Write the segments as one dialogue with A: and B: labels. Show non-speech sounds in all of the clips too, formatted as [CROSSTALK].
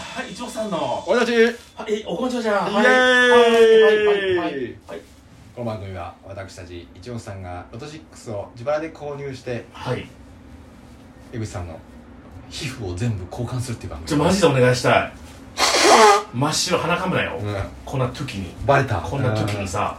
A: んの
B: 俺たち
A: はいおこんちょじゃん
B: イエーイ
A: はいはいはいはいはいはい
B: この番組は私たち一応さんがロト6を自腹で購入して
A: はい
B: 江口さんの皮膚を全部交換するっていう番組
A: ちょマジでお願いしたい真っ白鼻かむなよ、
B: うん
A: こんな時に
B: バレた
A: こんな時に
B: さ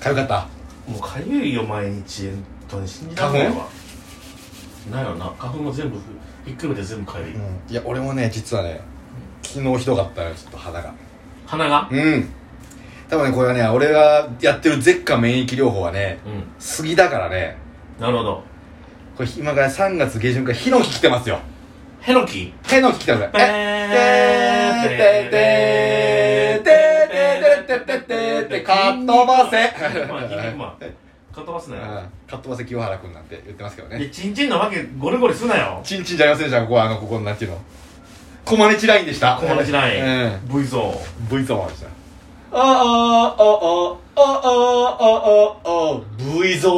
A: さ
B: かよかった
A: もうかゆいよ毎日本当に信じられないわないよな花粉も全部ひっくるめて全部かゆい、
B: うんいや俺もね実はね昨日ひどかったよちょっと肌が
A: 鼻が
B: うん多分ねこれはね俺がやってる舌下免疫療法はね
A: うん
B: 杉だからね
A: なるほど
B: これ今から3月下旬からヒノキ来てますよ
A: ヘノキ
B: ヘノキ来てます
A: ペ
B: えてーてーてーてーてーてーてーてーてーかっ飛ばせ
A: まあ筋肉マンかっ飛ばすな
B: うん
A: よ
B: かっ飛ばせ清原君なんて言ってますけどね
A: でチンチンのわけゴリゴリすなよ
B: チンチンじゃありませんでしたここはあのここのなんていうのコマネチラインでした
A: コマネチライン
B: うん
A: V ゾ
B: V ゾーンでしたあああああああああ V ゾ
A: ー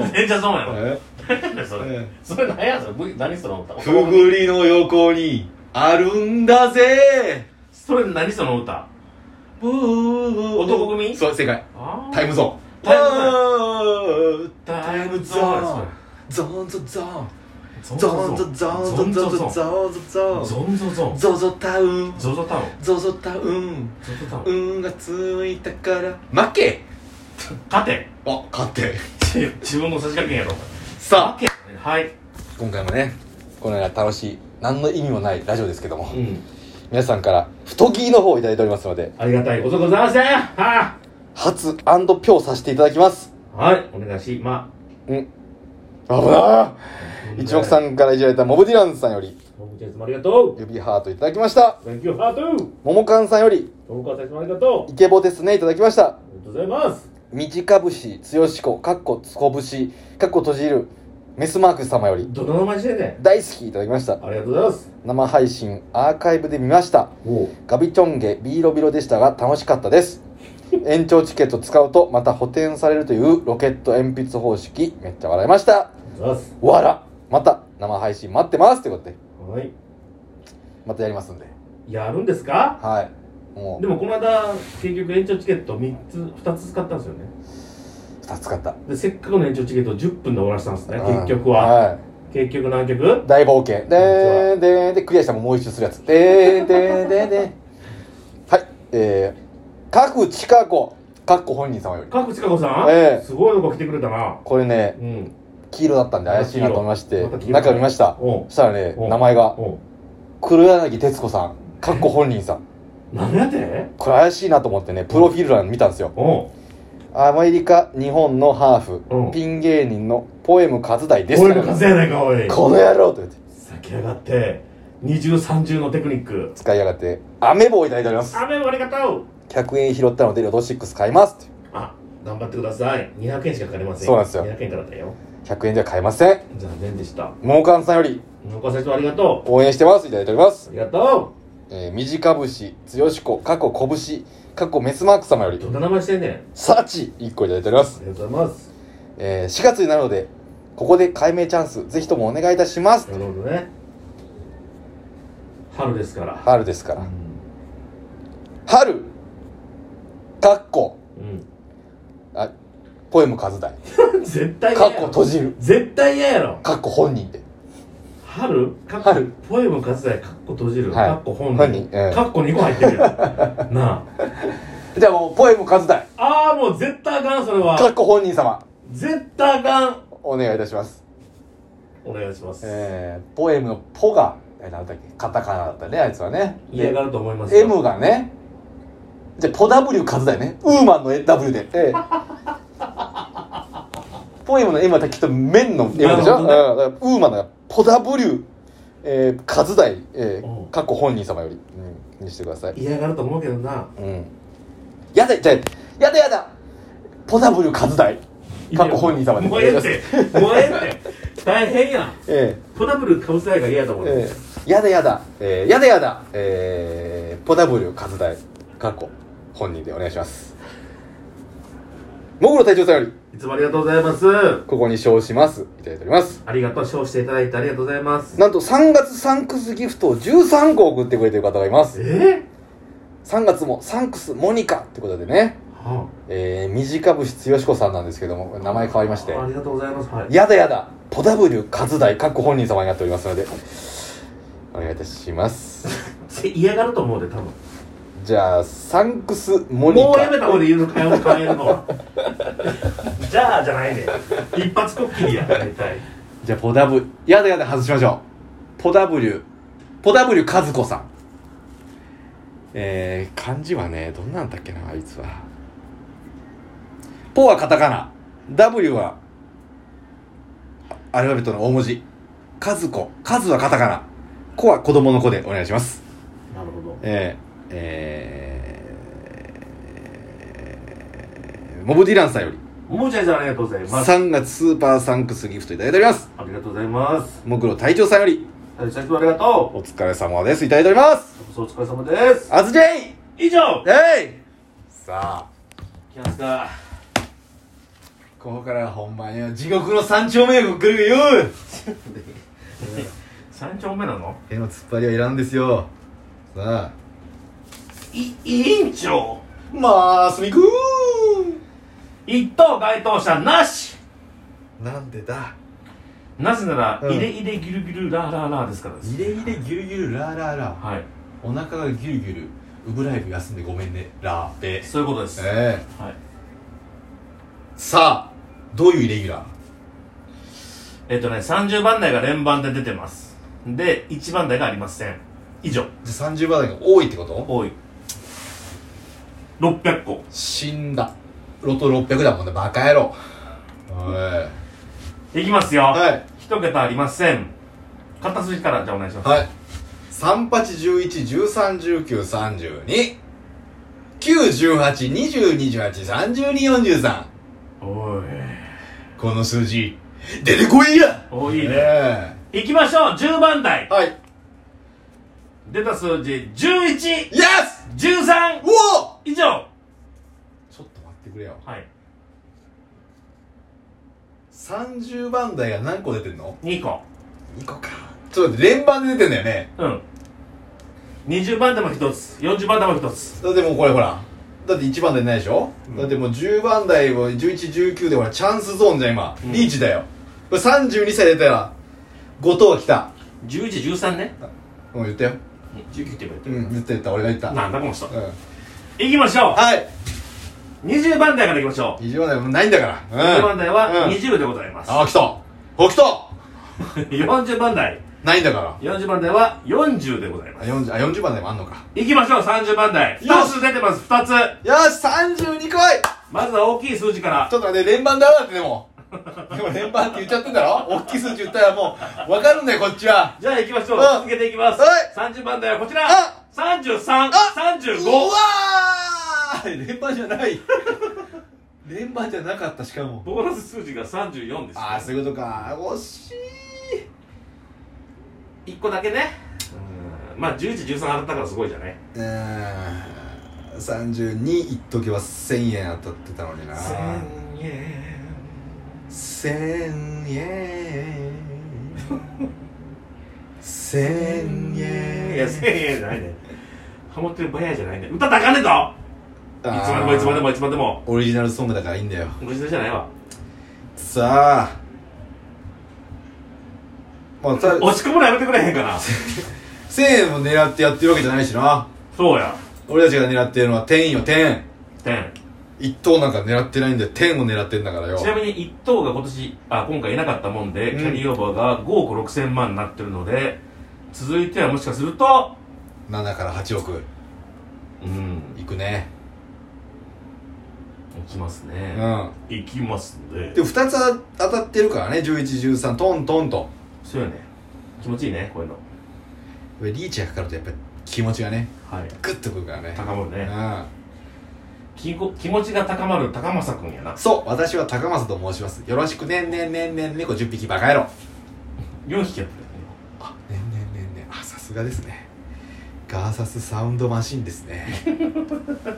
A: ン
B: ーン
A: レンジャーゾーンやろ
B: え
A: 何やねんそれ
B: え
A: それ何やそれ V 何その歌
B: ふぐりの横にあるんだぜ
A: それ何その歌
B: 男
A: 男組
B: そう正解
A: あー
B: タイムゾーン
A: タイムゾタイ
B: ーン
A: ムゾーン
B: ゾーンゾゾーン
A: それ
B: ゾーンゾゾーンゾゾゾーンゾゾゾーン
A: ゾンゾゾン
B: ゾゾタウン
A: ゾゾタウン
B: ゾゾタウン
A: ゾゾタウン
B: 運がついたから負け
A: 勝て
B: あ勝って
A: ち自分の差し掛けんやろ
B: さあ
A: はい
B: 今回もねこのような楽しい何の意味もないラジオですけども
A: うん
B: 皆さんから太着の方をいただいておりますので
A: ありがたいことございませんは
B: 初票させていただきます
A: あはいお願いしま
B: 危な
A: す
B: い一目さんからいじられたモブディランさんより
A: どうもジェイさんもありがとう
B: 指ハートいただきました
A: Thank you, ハート
B: ももかんさんより
A: どうも川崎さんもありがとう
B: イケボですねいただきました
A: ありがとうございます
B: 短節強しこかっこつこぶしかっこ閉じるメスマーク様より
A: どの名前してんねん
B: 大好きいただきました
A: ありがとうございます
B: 生配信アーカイブで見ました
A: おお
B: ガビチョンゲビーロビロでしたが楽しかったです延長チケット使うとまた補填されるというロケット鉛筆方式めっちゃ笑いました
A: ざいます
B: わらまた生配信待ってますということで
A: はい
B: またやりますんで
A: やるんですか
B: はいも
A: でもこの間結局延長チケット3つ2つ使ったんですよね
B: う2つ買った
A: でせっかくの延長チケットを10分で終わらせたんですね
B: うん
A: 結局は
B: はい
A: 結局何曲
B: 大冒険でーんでーんでクリアしたらもう一周するやつでーんでーんでーんでーんはいえー各地下子かっこ本人様より
A: かくちかこさん、
B: ええ
A: すごいとこ来てくれたな
B: これね
A: うん
B: 黄色だったんで怪しいなと思いまして
A: また黄色
B: 中見ました
A: おう
B: そしたらね
A: お
B: 名前が
A: おう
B: 黒柳徹子さんかっこ本人さん
A: 何やって
B: これ怪しいなと思ってねプロフィール欄見たんですよ
A: おう
B: アメリカ日本のハーフ、
A: うん
B: ピン芸人のポエム活大です
A: 俺の風やないかおい
B: この野郎と言って
A: 先上がって二重三重のテクニック
B: 使いやがってアメ棒をいただいております
A: 雨もありがとう
B: 100円拾ったのでロト6買いますって
A: あ頑張ってください200円しかかかりません
B: そうなんですよ
A: 200円からだよ
B: 100円では買えません
A: 残念でした
B: もうかんさんより
A: 残させてありがと
B: 応援してますいただいております
A: うありがと
B: えー、短節剛子過去拳過去メスマーク様よ
A: う
B: り
A: どんな名前してんねんあ
B: サチ1個いただいております、
A: りがとうございます
B: えー、4月になるのでここで解明チャンスぜひともお願いいたします
A: なるほどね春ですから
B: 春ですか
A: う
B: ら
A: ん
B: 春かっこ
A: う
B: あポエム数大
A: ん絶対
B: かっ
A: 嫌や
B: こ
A: ろ
B: 閉じる
A: 絶対嫌やろ
B: かっこ本人で
A: 春かっこ
B: 春
A: ポエム活在かっこ閉じる、
B: はい
A: かっこ本
B: 本
A: 人
B: 人ええ
A: かっこ2個入ってるよ
B: [LAUGHS]
A: な
B: じゃあもうポエム数大
A: ああーもう絶対あかんそれ
B: か
A: は
B: っこ本人様
A: 絶対あかん
B: お願いいたします
A: お願いします、
B: えー、ポエムの「ポ」がえなんだっけカタカナだったねあいつはね
A: 嫌がると思いますよ
B: M がねじゃあポ W 数だよねウーマンの W で、
A: [LAUGHS]
B: ええポエムの M はきっと麺の M でしょ、
A: なるほどね
B: うんだからウーマンのポ W、えー、数だい、え
A: うん
B: ー、かっこ本人様より、うん、にしてください
A: 嫌がると思うけどな
B: うんやだじゃあやだやだポ W 数だいかっこ本人様で
A: もうええってもうええって大変やん
B: ええ
A: トラブルかぶせないが嫌だもん、
B: えー、やだやだ、えー、やだやだ、えー、ポ W 数大過去本人でお願いしますもぐろ隊長さんより
A: いつもありがとうございます
B: ここに称しますいただいております
A: ありがとう賞していただいてありがとうございます
B: なんと3月サンクスギフトを13個送ってくれてる方がいます
A: え
B: 3月もサンクスモニカってことでね
A: ー、は
B: えー、短節剛子さんなんですけども名前変わりまして
A: あありがとうございますはい
B: やだやだポ W カズダイ各本人様になっておりますのでお願いいたします
A: せ嫌がると思うで多分
B: じゃあサンクスモニカ
A: もうやめた方で言うのかよ変えるのは
B: [LAUGHS]
A: じゃあじゃないね一発こっきり
B: [LAUGHS]
A: や大体
B: じゃあポ W やだやだ外しましょうポ W ポ W カズ子さんえー、漢字はねどんなんだっけなあいつはポはカタカナ W はアルファベットの大文字カズ子カズはカタカナ子は子供の子でお願いします
A: なるほど
B: えー、えー、モブディランさんより、
A: もうちゃんさんありがとうございます
B: 3月スーパーサンクスギフトいただいております。
A: ありがとうございます
B: もぐろ隊長さんより、
A: ありありがと
B: お疲れ様です。いただいております。
A: うお疲れ様です
B: アズジェイ
A: 以上
B: えいさあ、
A: 来ますか
B: ここから本番よ。地獄の三丁目が来るよ
A: 三丁目なの
B: 手の突っ張りはいらんですよ。さあ。
A: い委員長
B: まあ、すみく
A: 一等該当者なし
B: ーなんでだ
A: なぜなら、
B: うん
A: イレイレギュルギュルラーラーラーですからです
B: イレイレギュルギュルラーラーラー。
A: はい
B: お腹がギュルギュル。ウブライブ休んでごめんね。ラーベ。
A: そういうことです、
B: ええ
A: はい、
B: さあどういうイレギュラー
A: えっ、とね30番台が連番で出てますで1番台がありません以上
B: じゃあ30番台が多いってこと
A: 多い600個
B: 死んだロト600だもんねバカ野郎はい
A: きますよ、
B: はい
A: 一桁ありません片筋からじゃあお願いしま
B: い
A: す、
B: はい3811131932 91820283243
A: おい
B: この数字出てこいや
A: おいいね
B: ね
A: いきましょう10番台
B: はい
A: 出た数字1113
B: イエスうお
A: 以上
B: ちょっと待ってくれよ
A: はい
B: 30番台が何個出てんの
A: 2個
B: 2個かちょっと待って連番で出てんだよね
A: うん20番台も1つ40番台も1つ
B: だってもうこれほらだって1番台ないでしょ、だってもう10番台を1119でほらチャンスゾーンじゃん今、
A: うん
B: リーチだよこれ32歳出たら後藤来た
A: 1113ね
B: もう言ったよ
A: 19って言われて
B: う
A: る、
B: ん言った言った俺が言った
A: なんだこの人
B: うん
A: いきましょ
B: はい、
A: う20番台からいきましょ
B: 20番台もうないんだか
A: う
B: ら
A: 20番台は
B: うん
A: 20でございます、
B: ああ来たお来た
A: 40番台
B: ないんだから
A: 40番台は40でございま
B: あ
A: す
B: 40, あ40番台もあんのか
A: いきましょう30番台
B: よ
A: 2
B: し
A: つ出てます2つ
B: よし32来い
A: まずは大きい数字から
B: ちょっと待って連番だわってでもでも連番って言っちゃってんだろ大きい数字言ったらもう分かるんだよこっちは
A: じゃあいきましょう
B: うん
A: 続けていきます
B: はい
A: 30番台はこちら
B: あうわ
A: 3335
B: ー連番じゃない連番じゃなかったしかも
A: ボーナス数字が34です
B: ああそういうことか惜しい
A: 1個だけねうんまあ1113当たったからすごいじゃね
B: うーん32いっとけば1000円当たってたのにな
A: 1000円
B: 1000円1000円
A: いや1000円じゃないねハモってるバヤじゃないね歌ったらあかんねんぞ
B: あー
A: いつまでもいつまでもいつまでも
B: オリジナルソングだからいいんだよ
A: ご自身じゃないわ
B: さあまあ、さ1000
A: 落ち込むのやめてくれへんかな
B: 円を狙ってやってるわけじゃないしな
A: そうや
B: 俺たちが狙ってるのは天よ天
A: 点
B: 一等なんか狙ってないんだよ天を狙ってんだからよ
A: ちなみに一等が今年あ今回いなかったもんで、
B: うん
A: キャリーオーバーが5億6千万になってるので続いてはもしかすると
B: 7から8億
A: うん
B: いくね
A: いきます
B: う
A: ね、
B: ん
A: いきますね
B: で2つ当たってるからね1113トントンと
A: そうよね気持ちいいねこういうの
B: リーチがかかるとやっぱり気持ちがね
A: はい
B: グッとくるからね
A: 高まる
B: う
A: ね
B: ん
A: 気こ気持ちが高まる高政君やな
B: そう私は高松と申しますよろしくねんねんねんねん猫10匹バカ野郎
A: 4匹やってる
B: あねんねんねんねんあさすがですねガーサスサウンドマシンですね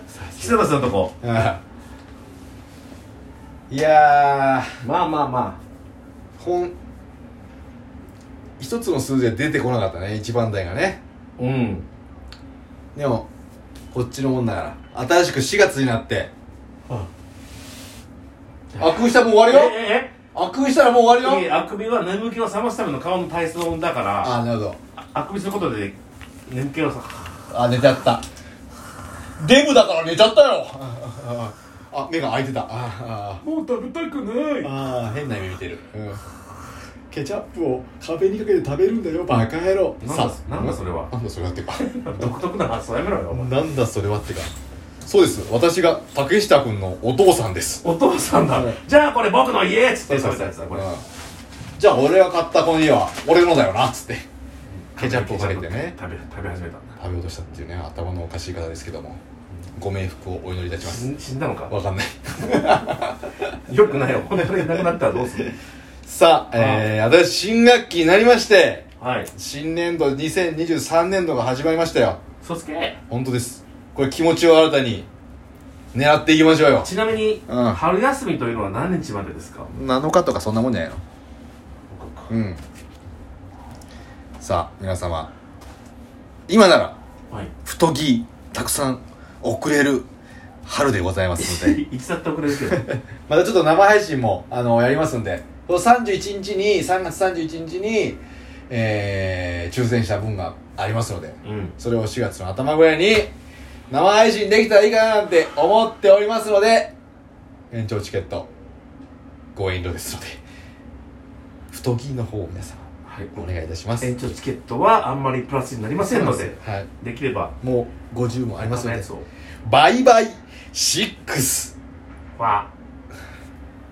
B: さ
A: 岸田さんのとこ
B: あいや
A: まあまあま
B: ーほん一つの数字は出てこなかったね一番台がね
A: あうん
B: でもこっちのもんだから新しく4月になって
A: あ
B: 悪運したらもう終
A: え
B: わるよ
A: え
B: 悪運したらもう終わ
A: え
B: る
A: え
B: よ
A: あくびは眠気を覚ますための顔の体操だから
B: あなるほど
A: ああくびすることで眠気をさ
B: あ寝ちゃったデブだから寝ちゃったよあ [LAUGHS] あ目が開いてたああ
A: もう食べたくない
B: ああ変な夢見てる、うん、ケチャップを壁にかけて食べるんだよバカ野郎
A: なんだ
B: さ
A: なんだそれは
B: なんだそれはってか
A: 独特な発想やめろよお前
B: [LAUGHS] なんだそれはってかそうです私が竹下君のお父さんです
A: お父さんだ
B: うん
A: じゃあこれ僕の家っつって食べたやつだこれ
B: うんじゃあ俺が買った子には俺のだよなっつってケチャップをかけてね
A: 食べ食べ始めたんだ
B: 食べ落としたっていうね頭のおかしい方ですけどもご冥福をお祈りいたします
A: 死ん死んだのか
B: わかんない
A: よくないよ骨折れなくなったらどうする
B: さあ、えー、私新学期になりまして
A: はい
B: 新年度2023年度が始まりましたよ
A: そすけ
B: 本当ですこれ気持ちを新たに狙っていきましょうよ
A: ちなみに、
B: うん
A: 春休みというのは何日までですか
B: 7日とかそんなもんじゃないのうんさあ皆様今なら
A: はい
B: 太着たくさん送れる春でございますので
A: いつだって遅れるけど
B: [LAUGHS] またちょっと生配信もあのやりますんでこの31日に3月31日にえー、抽選した分がありますので
A: うん
B: それを4月の頭ぐらいに生配信できたらいいかななんて思っておりますので延長チケットご遠慮ですので太着の方を皆さん
A: はい
B: お願いいたします
A: 延長チケットはあんまりプラスになりませんので
B: はい
A: できれば
B: もう50もあります
A: 他
B: の
A: の
B: で
A: やつを
B: バイバイシックス
A: わあ